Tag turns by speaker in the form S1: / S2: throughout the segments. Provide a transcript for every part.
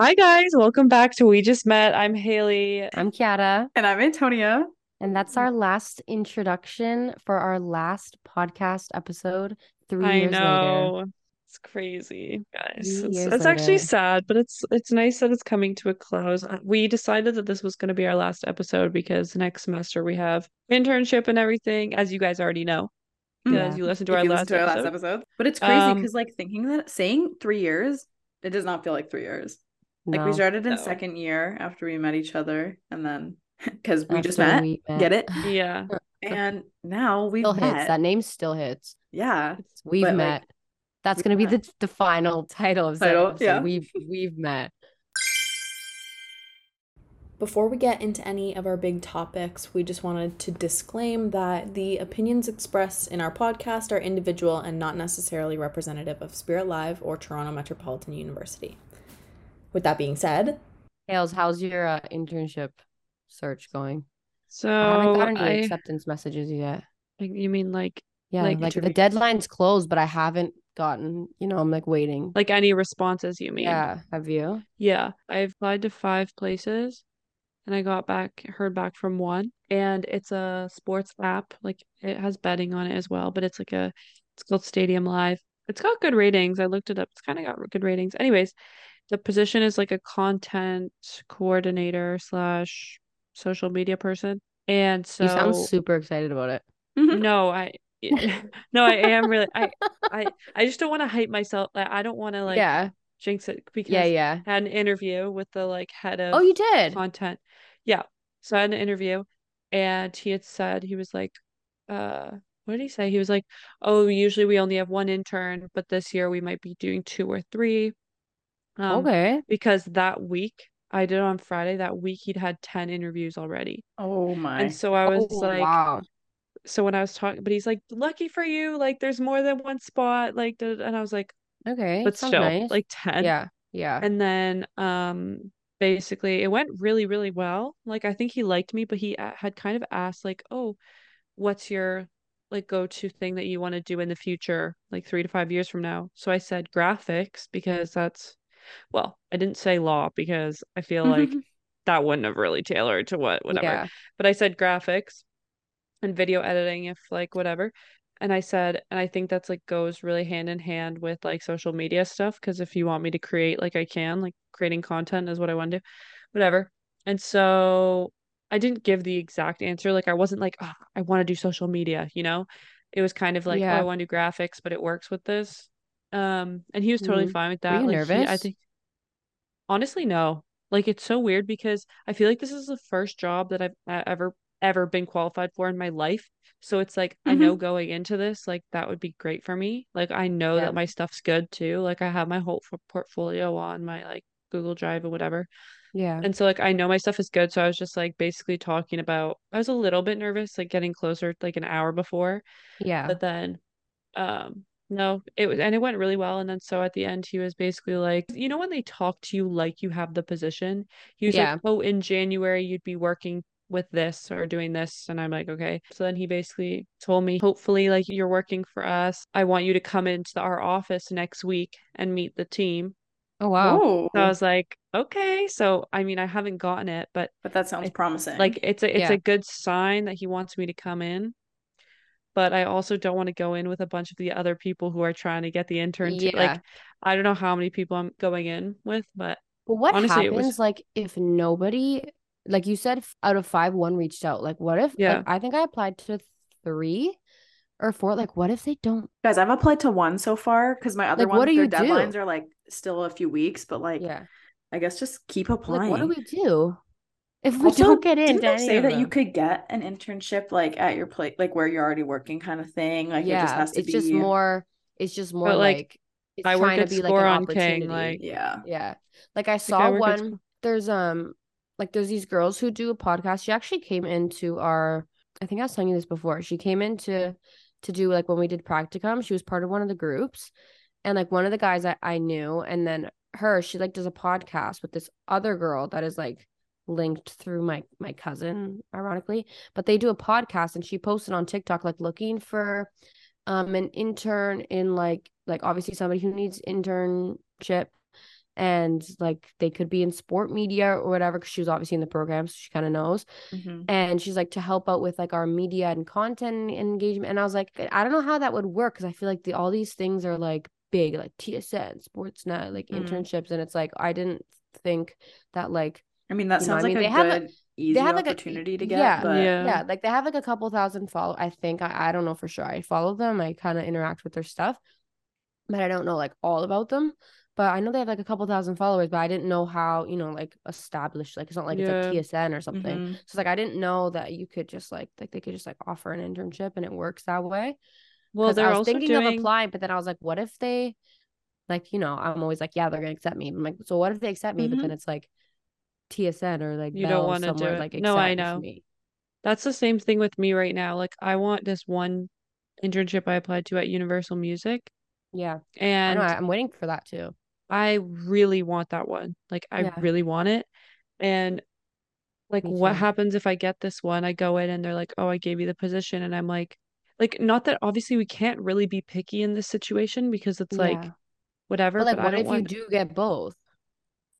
S1: Hi guys, welcome back to We Just Met. I'm Haley.
S2: I'm Kiara,
S3: And I'm Antonia.
S2: and that's
S3: Mm-hmm.
S2: our last introduction for our last podcast episode three
S1: I
S2: years
S1: know. It's crazy, guys.
S2: Three
S1: It's,
S2: years
S1: it's actually
S2: later.
S1: sad, but it's it's nice that it's coming to a close. Uh, We decided that this was going to be our last episode because next semester we have internship and everything, as you guys already know, because
S2: Yeah.
S1: you listened to
S3: If
S1: our,
S3: you
S1: last,
S3: listened to our last
S1: episode.
S3: episode. But it's crazy
S1: Um,
S3: because like thinking that saying three years, it does not feel like three years.
S2: later.
S3: Like we
S2: No,
S3: started in
S1: No.
S3: second year after we met each other and then because we just
S2: after
S3: met.
S2: we
S3: Get it?
S1: Yeah,
S3: And now we've
S2: Still hits.
S3: met.
S2: That name still hits.
S3: yeah.
S2: We've
S3: But, like,
S2: met. that's
S3: we've
S2: gonna be
S3: met.
S2: the the final title of
S3: Title,
S2: title, episode.
S3: yeah.
S2: We've we've met.
S4: Before we get into any of our big topics, we just wanted to disclaim that the opinions expressed in our podcast are individual and not necessarily representative of Spirit Live or Toronto Metropolitan University. With that being said,
S2: Hales, how's your uh, internship search going?
S1: so
S2: Oh I
S3: Oh,
S2: haven't gotten any
S1: I-
S2: acceptance messages yet.
S1: like, you mean like
S2: Yeah,
S1: Like
S2: like, the
S1: interviews.
S2: deadline's closed, but I haven't gotten. You know, I'm like waiting.
S1: like any responses? You mean?
S2: yeah, have you?
S1: Yeah, I applied to five places and I got back, heard back from one. And it's a sports app. Like it has betting on it as well, but it's like a, it's called Stadium Live. It's got good ratings. I looked it up. It's kind of got good ratings. Anyways, the position is like a content coordinator slash social media person. And
S2: You sound
S1: so,
S2: super excited about it.
S1: no, I, no, I am really, I, I, I just don't want to hype myself. Like, I don't want to like
S2: yeah,
S1: jinx it because
S2: yeah, yeah.
S1: had an interview with the like head of um,
S2: Oh, you did.
S1: content. Yeah. So I had an interview and he had said he was like, uh, what did he say? He was like, Oh, usually we only have one intern, but this year we might be doing two or three. Um,
S2: okay.
S1: because that week I did it on Friday, that week he'd had 10 interviews already.
S3: oh my.
S1: And so I was
S2: Oh,
S1: like,
S2: wow.
S1: so when I was talking, but he's like, lucky for you, like there's more than one spot, like, da- da- da. and I was like,
S2: Okay.
S1: but
S2: sounds
S1: still,
S2: nice.
S1: like 10
S2: yeah, yeah.
S1: and then um basically it went really really well like i think he liked me but he a- had kind of asked like oh what's your like go-to thing that you want to do in the future like three to five years from now so i said graphics because that's well i didn't say law because i feel like that wouldn't have really tailored to what whatever
S2: Yeah.
S1: but I said graphics and video editing if like whatever. And I said, and I think that's like goes really hand in hand with like social media stuff because if you want me to create, like I can, like creating content is what I want to do, whatever. And so I didn't give the exact answer. Like I wasn't like, oh, I want to do social media, you know? It was kind of like, oh,
S2: Yeah.
S1: I want to do graphics, but it works with this. Um, and he was totally
S2: Mhm.
S1: fine with that.
S2: you
S1: like he- I
S2: nervous?
S1: think honestly no. Like it's so weird because I feel like this is the first job that I've uh, ever ever been qualified for in my life. So it's like I
S2: Mm-hmm.
S1: know going into this, like that would be great for me. Like I know
S2: Yeah.
S1: that my stuff's good too. Like I have my whole f- portfolio on my like Google Drive or whatever.
S2: Yeah.
S1: And so like I know my stuff is good. So I was just like basically talking about I was a little bit nervous, like getting closer like an hour before.
S2: Yeah.
S1: But then um no, it was and it went really well. And then so at the end he was basically like, you know when they talk to you like you have the position? He was
S2: Yeah.
S1: like, Oh, in January you'd be working with this or doing this and I'm like, okay. So then he basically told me, hopefully like you're working for us. I want you to come into the- our office next week and meet the team.
S2: oh wow.
S3: Oh,
S1: So I was like, okay. So I mean I haven't gotten it, but
S3: but that sounds
S1: I-
S3: promising.
S1: like it's a it's
S2: Yeah.
S1: a good sign that he wants me to come in but i also don't want to go in with a bunch of the other people who are trying to get the internship
S2: Yeah.
S1: like i don't know how many people i'm going in with but
S2: But what
S1: honestly, it was-
S2: happens like if nobody like you said f- out of five one reached out? Like what if like,
S1: Yeah.
S2: I think I applied to three or four. Like what if they don't?
S3: guys, I've applied to one so far because my other
S2: Like, what
S3: ones,
S2: do
S3: their
S2: you do?
S3: deadlines are like still a few weeks, but like
S2: Yeah.
S3: I guess just keep
S2: Like
S3: applying.
S2: what do we do if we
S3: Also,
S2: don't get in?
S3: didn't they say that you could get an internship like at your place, like where you're already working, kind of thing? Like it just
S2: yeah.
S3: has to
S2: it's
S3: be
S2: just more. It's just more
S1: like,
S2: like, it's
S1: I work
S2: trying
S1: at
S2: to be like an
S1: Score on King,
S2: opportunity.
S1: like-
S3: Yeah.
S2: Yeah. Like I
S1: I
S2: saw
S1: work at
S2: one.
S1: school.
S2: There's um like there's these girls who do a podcast. She actually came into our I think I was telling you this before. She came into to do like when we did practicum, she was part of one of the groups. And like one of the guys I, I knew and then her, she like does a podcast with this other girl that is like linked through my my cousin, ironically. But they do a podcast and she posted on TikTok like looking for um an intern in like like obviously somebody who needs internship and like they could be in sport media or whatever because she was obviously in the program so she kind of knows
S3: Mhm.
S2: and she's like to help out with like our media and content engagement and i was like i don't know how that would work because i feel like the, all these things are like big like tsn sportsnet like
S3: Mhm.
S2: internships and it's like i didn't think that like
S3: I mean, that
S2: You know, I
S3: sounds like
S2: mean,
S3: a
S2: they
S3: good,
S2: have, like-
S3: easy
S2: have, like, a- e
S3: opportunity to get.
S2: yeah.
S3: but
S1: Yeah.
S2: yeah like they have like a couple thousand follow i think i, I don't know for sure i follow them i kind of interact with their stuff but i don't know like all about them but i know they have like a couple thousand followers but i didn't know how you know like established like it's not like
S1: Yeah. Mm-hmm.
S2: it's like tsn or something
S3: mhm.
S2: so like I didn't know that you could just like like they could just like offer an internship and it works that way.
S1: Well,
S2: 'Cause
S1: they're
S2: I was
S1: also
S2: thinking of
S1: doing
S2: applying, but then I was like, what if they like, you know, I'm always like, yeah, they're gonna accept me. I'm like, so what if they accept me? But then it's like TSN or like
S1: Mm-hmm. You don't
S2: Bell
S1: wanna do
S2: somewhere
S1: it.
S2: like
S1: No, I
S2: accepts
S1: know.
S2: me.
S1: that's the same thing with me right now. Like I want this one internship I applied to at Universal Music
S2: Yeah.
S1: and
S2: I know I- I'm waiting for that too.
S1: I really want that one. Like I
S2: Yeah.
S1: really want it. And like
S2: Me
S1: what
S2: too.
S1: happens if I get this one? I go in and they're like, "Oh, I gave you the position." And I'm like like not that obviously we can't really be picky in this situation because it's like
S2: Yeah.
S1: whatever,
S2: But like
S1: I
S2: what
S1: don't
S2: if you
S1: want
S2: do get both?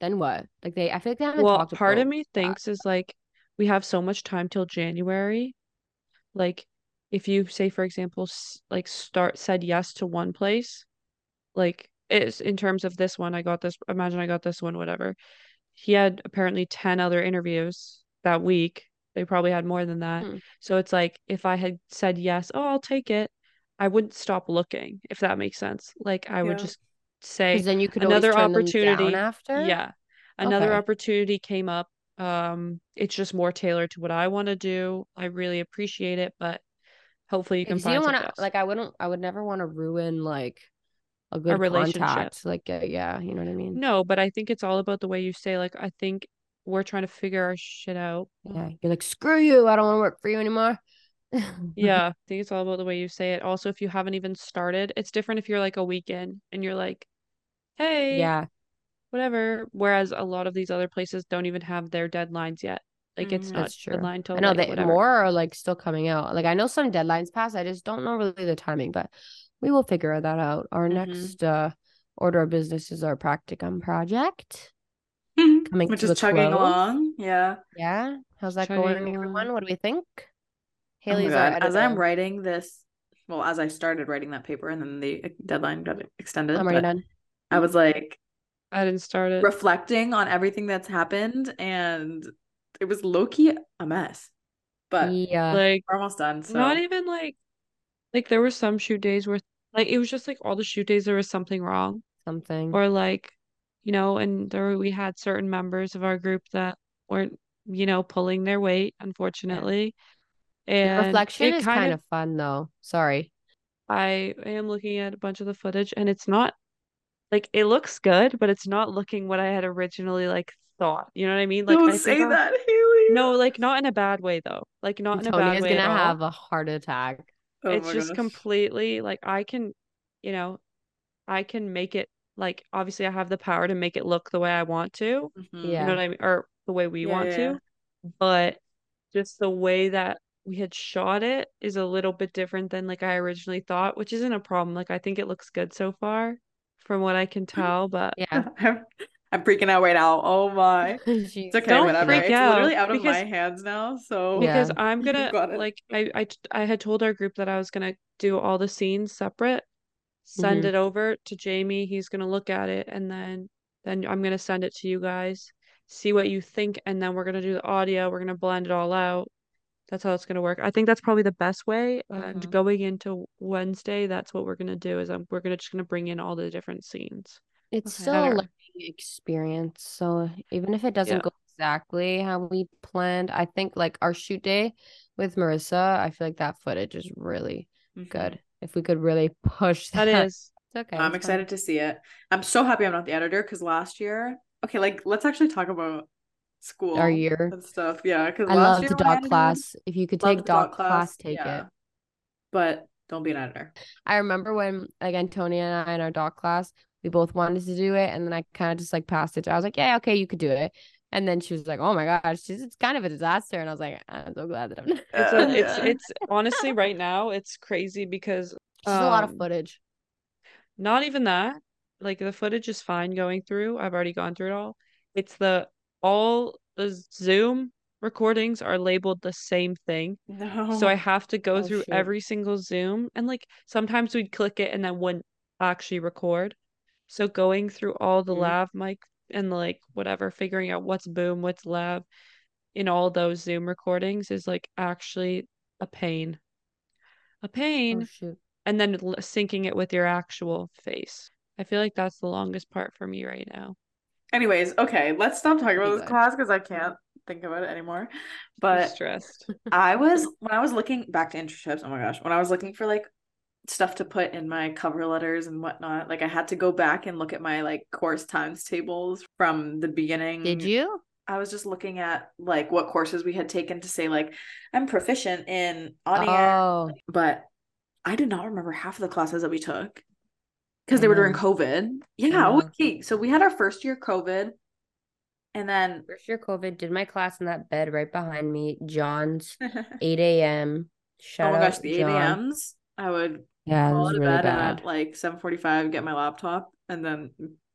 S2: Then what? Like they I feel like they haven't
S1: Well,
S2: talked
S1: part of
S2: about
S1: me
S2: that.
S1: thinks is like we have so much time till January. Like if you say for example s- like start said yes to one place, like it's in terms of this one, I got this imagine I got this one whatever. He had apparently 10 other interviews that week. They probably had more than that.
S2: Hmm.
S1: So it's like if I had said yes, oh, I'll take it, I wouldn't stop looking, if that makes sense. Like I would
S3: Yeah.
S1: just say
S2: Because then you could
S1: another
S2: always turn them
S1: opportunity.
S2: down after.
S1: yeah. Another
S2: Okay.
S1: opportunity came up. Um, it's just more tailored to what I want to do. I really appreciate it, but hopefully you can
S2: Because you
S1: find
S2: don't
S1: something
S2: want
S1: else.
S2: to like I wouldn't I would never want to ruin like a good
S1: relationship.
S2: contact like uh, yeah you know what I mean
S1: No, but I think it's all about the way you say, like, I think we're trying to figure our shit out.
S2: yeah you're like screw you I don't want to work for you anymore
S1: Eh, Yeah, I think it's all about the way you say it. Also, if you haven't even started, it's different if you're like a weekend and you're like, hey,
S2: yeah
S1: whatever. Whereas a lot of these other places don't even have their deadlines yet. Like it's
S3: Mhm.
S1: not
S2: Mm-hmm. That's true.
S1: deadline till
S2: I know
S1: like,
S2: that
S1: whatever.
S2: more are like still coming out like I know some deadlines pass I just don't know really the timing but we will figure that out our
S1: Mm-hmm.
S3: Mhm.
S2: next uh order of business is our practicum project Coming
S3: Which
S2: to
S3: is
S2: a
S3: Mm-hmm. chugging
S2: close.
S3: along. Yeah.
S2: yeah how's that
S1: Chugging
S2: going everyone
S1: along.
S2: what do we think
S3: Oh my
S2: Haley's our
S3: God, As I'm
S2: editor.
S3: writing this, well, as I started writing that paper and then the deadline got extended,
S2: I'm
S3: but
S2: already done
S3: I was like
S1: I didn't start it.
S3: reflecting on everything that's happened and it was low-key a mess. But
S2: yeah
S1: Like,
S3: we're almost done. So
S1: Not even like like there were some shoot days where like it was just like all the shoot days there was something wrong
S2: something
S1: or like you know and there we had certain members of our group that weren't you know pulling their weight unfortunately
S2: The
S1: and
S2: reflection
S1: it
S2: is kind of fun though. Sorry.
S1: I am looking at a bunch of the footage and it's not like it looks good but it's not looking what I had originally like thought you know what I mean like
S3: don't
S1: I
S3: say
S1: think I-
S3: that, Haley.
S1: no like not in a bad way though like not in a bad
S2: Antonia's
S1: way
S2: gonna
S1: at all.
S2: have a heart attack.
S3: Oh
S1: it's
S3: my
S1: just
S3: gosh.
S1: completely like I can, you know, I can make it like obviously I have the power to make it look the way I want to,
S3: Mhm.
S1: you
S2: Yeah.
S1: know what I mean, or the way we
S3: Yeah,
S1: want
S3: yeah,
S1: to, but just the way that we had shot it is a little bit different than like I originally thought, which isn't a problem. Like I think it looks good so far from what I
S3: Mm.
S1: can tell, but
S2: Yeah.
S3: I'm, I'm freaking out right now. Oh my.
S2: She's
S3: It's okay,
S1: Don't
S3: whatever.
S1: freak
S3: it's
S1: out,
S3: literally out of
S1: because-
S3: my hands now. So
S2: Yeah.
S1: because I'm
S3: You've
S1: gonna
S3: got it.
S1: like I I t- I had told our group that I was gonna do all the scenes separate, send
S2: Mhm.
S1: it over to Jamie. He's gonna look at it, and then then I'm gonna send it to you guys, see what you think, and then we're gonna do the audio. We're gonna blend it all out. That's how it's gonna work. I think that's probably the best way. And
S2: Mm-hmm.
S3: Mhm.
S1: going into Wednesday, that's what we're gonna do. Is I'm, we're gonna just gonna bring in all the different scenes.
S2: It's
S3: Okay.
S2: still a
S1: Better.
S2: learning experience. So even if it doesn't
S1: Yeah.
S2: go exactly how we planned, I think like our shoot day with Marissa, I feel like that footage is really
S3: Mhm.
S2: good. If we could really push that,
S1: That is
S2: it's okay.
S3: I'm
S2: it's fine.
S3: excited to see it. I'm so happy I'm not the editor because last year, okay, like let's actually talk about school
S2: Our year.
S3: and stuff. Yeah, because
S2: I
S3: last
S2: love
S3: year
S2: the
S3: when I
S2: dog
S3: edited,
S2: class. If you could
S3: loved
S2: take
S3: the dog
S2: dog class, take
S3: yeah.
S2: it.
S3: But don't be an editor.
S2: I remember when like Antonia and I in our doc class, we both wanted to do it, and then I kind of just like passed it. to her. I was like, "Yeah, okay, you could do it." And then she was like, "Oh my gosh, she's, it's kind of a disaster." And I was like, "I'm so glad that I'm not."
S1: it's
S3: Uh,
S1: a, it's
S3: yeah.
S1: it's honestly right now it's crazy because
S2: It's just a lot of
S1: Um,
S2: footage.
S1: not even that like the footage is fine going through. I've already gone through it all. It's the all the Zoom recordings are labeled the same thing.
S3: No.
S1: So I have to go
S2: Oh,
S1: through
S2: shoot.
S1: every single Zoom and like sometimes we'd click it and then wouldn't actually record. So going through all the
S2: Mhm.
S1: lav mic and like whatever, figuring out what's boom, what's lav in all those Zoom recordings is like actually a pain. A pain
S2: Oh, shoot.
S1: and then l- syncing it with your actual face. I feel like that's the longest part for me right now.
S3: Anyways, okay, let's stop talking about
S2: Pretty
S3: this
S2: good.
S3: class because I can't think about it anymore.
S1: I'm
S3: But
S1: stressed.
S3: I was when I was looking back to internships. Oh my gosh, when I was looking for like stuff to put in my cover letters and whatnot, like I had to go back and look at my like course times tables from the beginning.
S2: Did you?
S3: I was just looking at like what courses we had taken to say like I'm proficient in on air,
S2: Oh,
S3: but I did not remember half of the classes that we took because they were during
S2: Mhm.
S3: COVID. Yeah,
S2: know.
S3: okay. So we had our first year COVID, and then
S2: first year COVID did my class in that bed right behind me. John's 8 a.m. Shout
S3: oh my
S2: out
S3: oh gosh, the
S2: John.
S3: ADMs. I would
S2: Yeah, it
S3: Fall
S2: was
S3: to
S2: really
S3: bed
S2: bad.
S3: at like 7:45, get my laptop, and then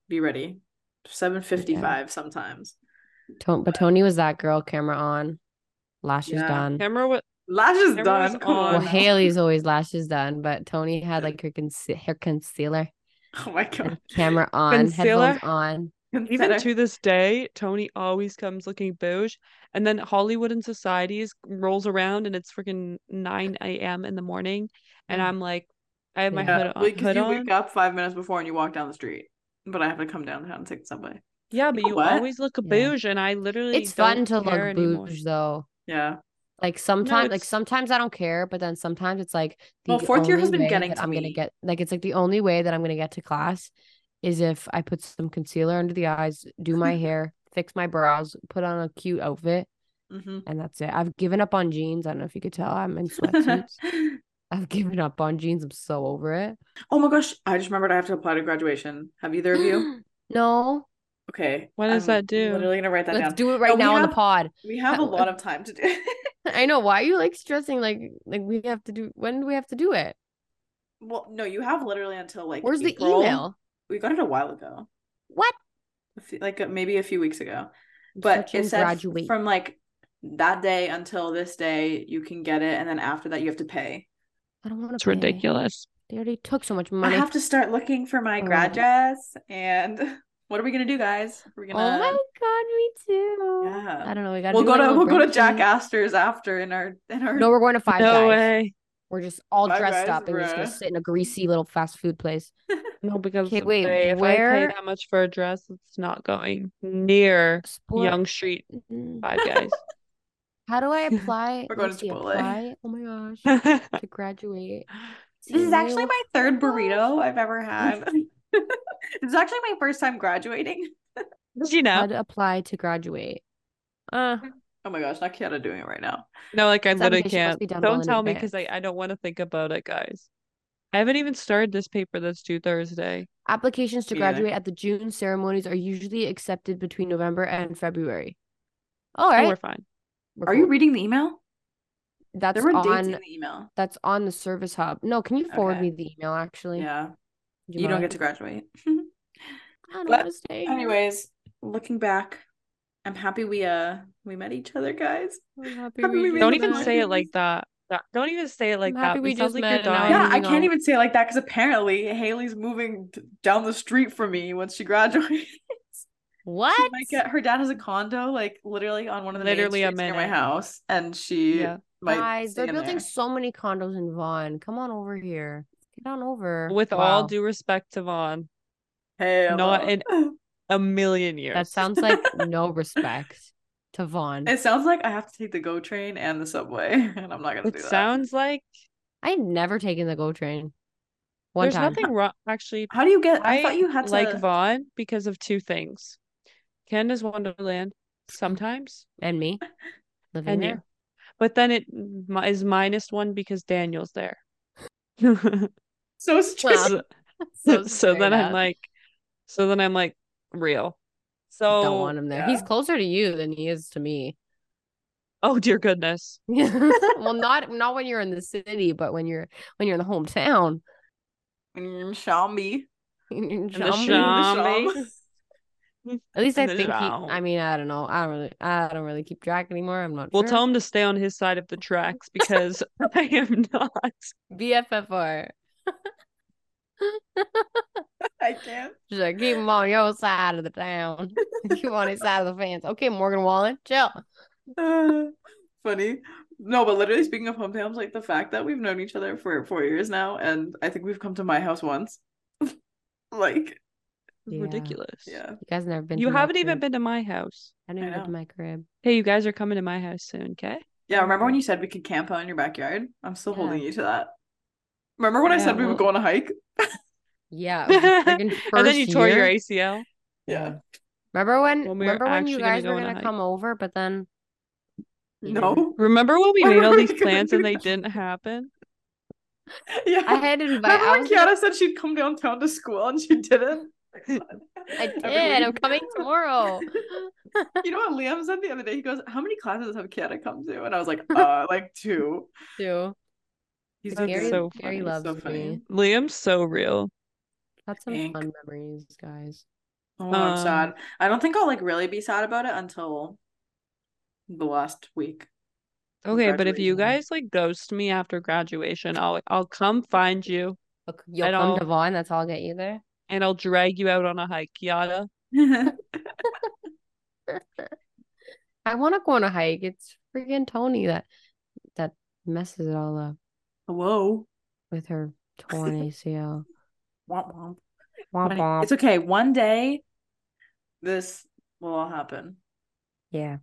S3: be ready. 7:55 sometimes.
S2: To- but Tony was that girl, camera on, lashes
S3: Yeah.
S2: done.
S1: Camera what
S3: Lashes
S1: Everyone's
S3: done. Come
S1: on.
S2: well,
S1: no.
S2: Haley's always lashes done, but Tony had like her conce- her concealer,
S3: Oh my
S2: and
S3: god.
S2: camera on,
S1: Concealer?
S2: headphones
S1: even
S2: on.
S3: Consider-
S1: to this day, Tony always comes looking bouge, and then Hollywood and Societies rolls around, and it's freaking nine a.m. in the morning, and
S2: Yeah.
S1: I'm like, I have my
S2: Yeah.
S1: hood on.
S3: Like, Mm. 'cause
S1: hood
S3: you
S1: on.
S3: wake up five minutes before and you walk down the street, but I have to come downtown and take the subway.
S1: Yeah, but
S3: know
S1: you
S3: what?
S1: always look a
S2: Yeah.
S1: bouge, and I literally
S2: It's fun
S1: don't
S2: to look
S1: care anymore.
S2: bouge though.
S3: Yeah.
S2: Like sometimes, like
S1: it's-
S2: sometimes I don't care, but then sometimes it's like the
S3: Well, fourth year has
S2: only
S3: been
S2: way
S3: getting
S2: that
S3: to
S2: I'm gonna
S3: me.
S2: get like it's like the only way that I'm gonna get to class is if I put some concealer under the eyes, do my hair, fix my brows, put on a cute outfit,
S3: Mhm.
S2: and that's it. I've given up on jeans. I don't know if you could tell I'm in sweatsuits. I've given up on jeans. I'm so over it.
S3: oh my gosh, I just remembered I have to apply to graduation. Have either of you?
S2: no,
S3: Okay.
S1: What does
S3: I'm
S1: that do?
S3: Literally gonna write that
S2: let's
S3: down.
S2: do it right
S3: No, we
S2: now on the
S3: have-
S2: pod.
S3: We have a lot of time to do. it.
S2: I know. Why are you like stressing? Like, like we have to do. When do we have to do it?
S3: well, no, you have literally until like
S2: Where's the
S3: April.
S2: email?
S3: We got it a while ago.
S2: What?
S3: a few- like uh, maybe a few weeks ago. But
S2: Searching
S3: it said
S2: graduate.
S3: from like that day until this day, you can get it, and then after that, you have to pay.
S2: I don't want to.
S1: It's ridiculous.
S2: They already took so much money.
S3: I have to start looking for my
S2: Oh.
S3: grad dress. And what are we gonna do, guys? We're
S2: oh
S3: gonna.
S2: my god, me too.
S3: Yeah.
S2: I don't know. We Oh gotta. do
S3: we'll go
S2: like, a
S3: to
S2: little
S3: we'll go to
S2: brunch
S3: Jack
S2: thing.
S3: Astor's after in our in our.
S2: No, we're going to Five
S1: No
S2: Guys.
S1: way.
S2: We're just all
S3: Five
S2: dressed
S3: Guys,
S2: up and we're just gonna
S3: bruh.
S2: sit in a greasy little fast food place.
S1: No, because
S2: Okay, wait,
S1: hey, if I
S2: where-
S1: pay that much for a dress, it's not going near
S2: Sport.
S1: Young Street
S2: Mm.
S1: Five Guys.
S2: How do I apply?
S3: We're going
S2: Let's
S3: to
S2: see,
S3: Chipotle.
S2: apply? Oh my gosh, to graduate.
S3: This is actually
S2: Ew.
S3: my third burrito I've ever had. this is actually my first time graduating.
S1: Did you
S2: How
S1: know?
S2: to apply to graduate? Uh,
S3: Oh my gosh, not Kiana doing it right now.
S1: No, like I
S2: This
S1: literally
S2: application
S1: can't.
S2: must be done well
S1: Don't
S2: in
S1: tell me because I,
S2: advance.
S1: I don't want to think about it, guys. I haven't even started this paper that's due Thursday.
S2: applications to
S3: Me neither.
S2: graduate at the June ceremonies are usually accepted between November and February. All
S1: So
S2: right,
S1: we're fine.
S2: we're
S3: Are you
S2: cool.
S3: reading the email?
S2: That's
S3: there were dates in
S2: on.
S3: the email.
S2: That's on the Service Hub. No, can you forward
S3: Okay.
S2: me the email? Actually,
S3: Yeah.
S2: Do
S3: You don't
S2: mind?
S3: get to graduate.
S2: I don't
S3: but
S2: want to stay. here.
S3: Anyways, looking back, I'm happy we uh we met each other, guys.
S2: I'm happy
S3: happy we
S2: we
S3: made
S1: Don't
S3: the
S1: even
S3: bond.
S1: say it like that. That- Don't even say it like
S2: happy
S1: that.
S2: we
S1: We sound
S2: just
S1: like
S2: met
S1: you're
S2: and now I'm
S3: yeah,
S1: dying.
S3: I um,
S2: moving
S3: can't
S2: on.
S3: even say it like that because apparently Haley's moving t- down the street from me once she graduates. She
S2: What?
S3: might get- her dad has a condo like literally on one of the main
S1: Literally a
S3: streets near my
S1: minute.
S3: house, and she
S1: Yeah.
S3: might
S2: Guys,
S3: stay
S2: they're
S3: in
S2: building
S3: there.
S2: so many condos in Vaughan. Come on over here. Get on over.
S1: With all
S2: Wow.
S1: due respect to Vaughn,
S3: Hey,
S1: Not
S3: hello.
S1: a million years.
S2: That sounds like no respect to Vaughn.
S3: It sounds like I have to take the GO train and the subway, and I'm not gonna
S1: It
S3: do that.
S1: sounds like
S2: I've never taken the GO train. One
S1: there's
S2: time.
S1: nothing wrong. Actually,
S3: How do you get? I,
S1: I,
S3: thought you had to
S1: like Vaughn because of two things: Canada's Wonderland sometimes,
S2: And me. Living
S1: and
S2: there.
S1: you. But then it mi- is minus one because Daniel's there. so
S3: so strange.
S2: Wow.
S1: so,
S2: straight
S1: then
S2: up.
S1: I'm like, so then I'm like, real. So
S2: don't want him there. He's
S3: yeah.
S2: closer to you than he is to me.
S1: oh dear goodness,
S2: well, not not when you're in the city, but when you're when you're in the hometown.
S3: Mm, Shambi. the
S2: Jambi.
S3: sham.
S1: sham.
S2: At least I
S1: and the
S2: think. He,
S1: sham.
S2: I mean, I don't know. I don't really. I don't really keep track anymore. I'm not.
S1: We'll
S2: sure.
S1: tell him to stay on his side of the tracks because I am not.
S2: BFFR.
S3: I can't.
S2: She's like, keep him on your side of the town. keep him on his side of the fence. Okay, Morgan Wallen, chill.
S3: Uh, funny. No, but literally speaking of hometowns, like the fact that we've known each other for four years now, and I think we've come to my house once. like,
S2: Yeah.
S1: Ridiculous.
S3: yeah.
S2: You guys never been.
S1: You
S2: to my
S1: haven't even
S2: crib.
S1: been to my house.
S2: I haven't
S3: I
S2: even been to
S3: know.
S2: my crib.
S1: Hey, you guys are coming to my house soon, okay?
S3: Yeah, remember when you said we could camp out in your backyard? I'm still holding
S2: Yeah.
S3: you to that. Remember when I
S1: Yeah,
S3: said we
S1: well-
S3: would go on a hike?
S2: Yeah. it was the
S1: and
S2: friggin'
S1: then you
S2: first
S1: tore
S2: year.
S1: your ACL.
S3: Yeah.
S2: Remember when?
S1: When we were
S2: remember when you
S1: actually gonna
S2: guys
S1: go
S2: were
S1: on a
S2: gonna
S1: hike.
S2: come over, but then you didn't.
S3: No.
S1: Remember when we
S3: Why
S1: made
S3: were
S1: all
S3: we
S1: these
S3: gonna
S1: plans
S3: do
S1: and they
S3: that?
S1: didn't happen?
S3: Yeah.
S2: I had invited.
S3: remember
S2: I
S3: when
S2: was.
S3: Kiara said she'd come downtown to school and she didn't?
S2: I did. I'm coming tomorrow.
S3: You know what Liam said the other day? He goes, How many classes have Kiara come to? And I was like, uh, like two.
S2: Too.
S3: He's
S1: That's
S3: like,
S2: Gary,
S1: so
S2: Gary
S1: funny,
S2: loves
S3: so
S2: me.
S3: funny.
S1: Liam's so real.
S2: That's some
S3: Thank-
S2: fun memories, guys.
S3: Oh, I'm
S1: Um,
S3: sad. I don't think I'll like really be sad about it until the last week. of
S1: Okay, but if you
S3: graduation.
S1: guys like ghost me after graduation, I'll I'll come find you
S2: Look, You'll
S1: I
S2: come
S1: don't-
S2: to Vaughn. That's how I'll get you there.
S1: and I'll drag you out on a hike, yada.
S2: I want to go on a hike. It's freaking Tony that that messes it all up
S3: Hello.
S2: with her torn ACL.
S3: Womp womp.
S2: Womp
S3: Funny.
S2: womp.
S3: It's okay. One day this will all happen.
S2: Yeah.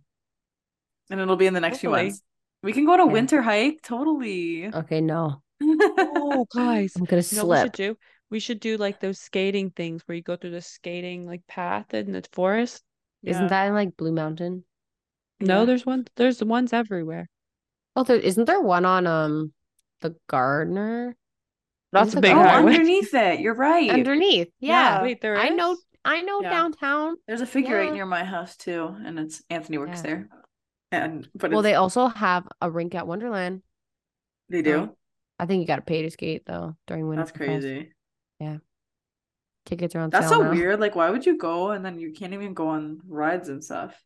S3: And it'll be in the next few
S1: Hopefully.
S3: months. We can go on a
S2: Yeah.
S3: winter hike. Totally.
S2: Okay. No,
S1: Oh, guys.
S2: I'm gonna
S1: You know what we should
S2: slip.
S1: do? We should do like those skating things where you go through the skating like path in the forest.
S3: Yeah.
S2: Isn't that in like Blue Mountain?
S1: No,
S3: Yeah.
S1: there's one there's ones everywhere.
S2: Oh, there isn't there one on um the gardener
S1: That's a
S2: it
S1: big
S3: oh,
S2: called?
S1: highway.
S3: underneath it. You're right.
S2: underneath? Yeah.
S1: Wait, there is?
S2: I know. I know
S3: Yeah.
S2: downtown.
S3: There's a figure
S2: Yeah.
S3: eight near my house too, and it's Anthony works
S2: Yeah.
S3: there. And but
S2: Well,
S3: it's-
S2: they also have a rink at Wonderland.
S3: they do.
S2: I think you got to pay to skate though during winter.
S3: That's crazy.
S2: Tickets are on
S3: That's
S2: sale
S3: so
S2: now.
S3: weird. Like, why would you go and then you can't even go on rides and stuff?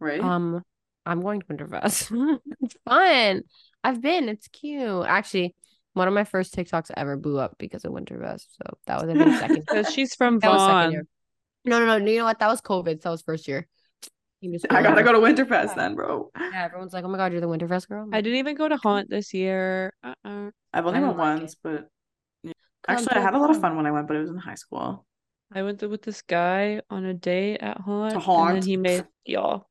S3: Right?
S2: Um, I'm going to Winterfest. it's fun. I've been. It's cute. Actually, one of my first TikToks ever blew up because of Winterfest. So that was I think second.
S1: Because she's from
S2: that was second
S1: Vaughn.
S2: year. No, no, no. You know what? That was COVID. So that was first year. You just
S3: I gotta
S2: realized-
S3: go to Winterfest then, bro.
S2: Yeah, everyone's like, "Oh my god, you're the Winterfest girl."
S1: I didn't even go to haunt this year. Uh-uh.
S3: I've only
S2: I
S3: went
S2: don't like it.
S3: once, but actually, I had a lot of fun when I went, but it was in high school.
S1: I went th- with this guy on a date at haunt, and
S3: haunt.
S1: then he made y'all,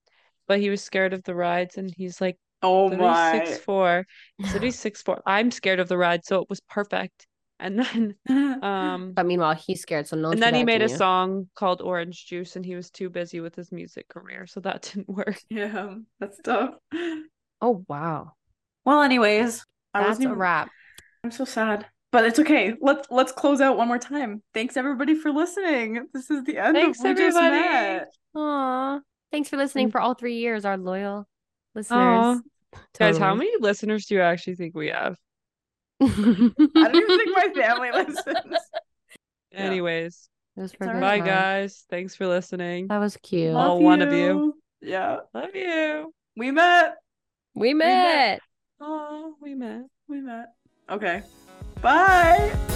S1: but he was scared of the rides, and he's like
S3: Oh
S1: literally
S3: my.
S1: six four, literally six four. I'm scared of the ride, so it was perfect. And then, um,
S2: But meanwhile, he's scared, so no. one's
S1: and then he made a
S2: protecting
S1: song called Orange Juice, and he was too busy with his music career, so that didn't work.
S3: yeah, that's tough.
S2: you. Oh wow,
S3: Well, anyways, I
S2: that's
S3: wasn't
S2: a
S3: even-
S2: wrap.
S3: I'm so sad, but it's okay. Let's let's close out one more time. Thanks everybody for listening. This is the end
S1: Thanks,
S3: of We Just
S1: everybody.
S3: Met.
S2: Aw, thanks for listening for all three years, our loyal listeners.
S1: Aw. Guys, how
S2: Totally.
S1: many listeners do you actually think we have?
S3: I don't even think my family listens. Yeah.
S1: Anyways,
S2: It was
S3: all
S2: perfect.
S3: right.
S1: bye
S2: time.
S1: guys. Thanks for listening.
S2: That was cute.
S1: Love- All one of you.
S3: Yeah,
S1: Love you.
S3: we met.
S2: we
S3: met.
S2: met.
S1: Oh, we met.
S3: We met. Okay. Bye.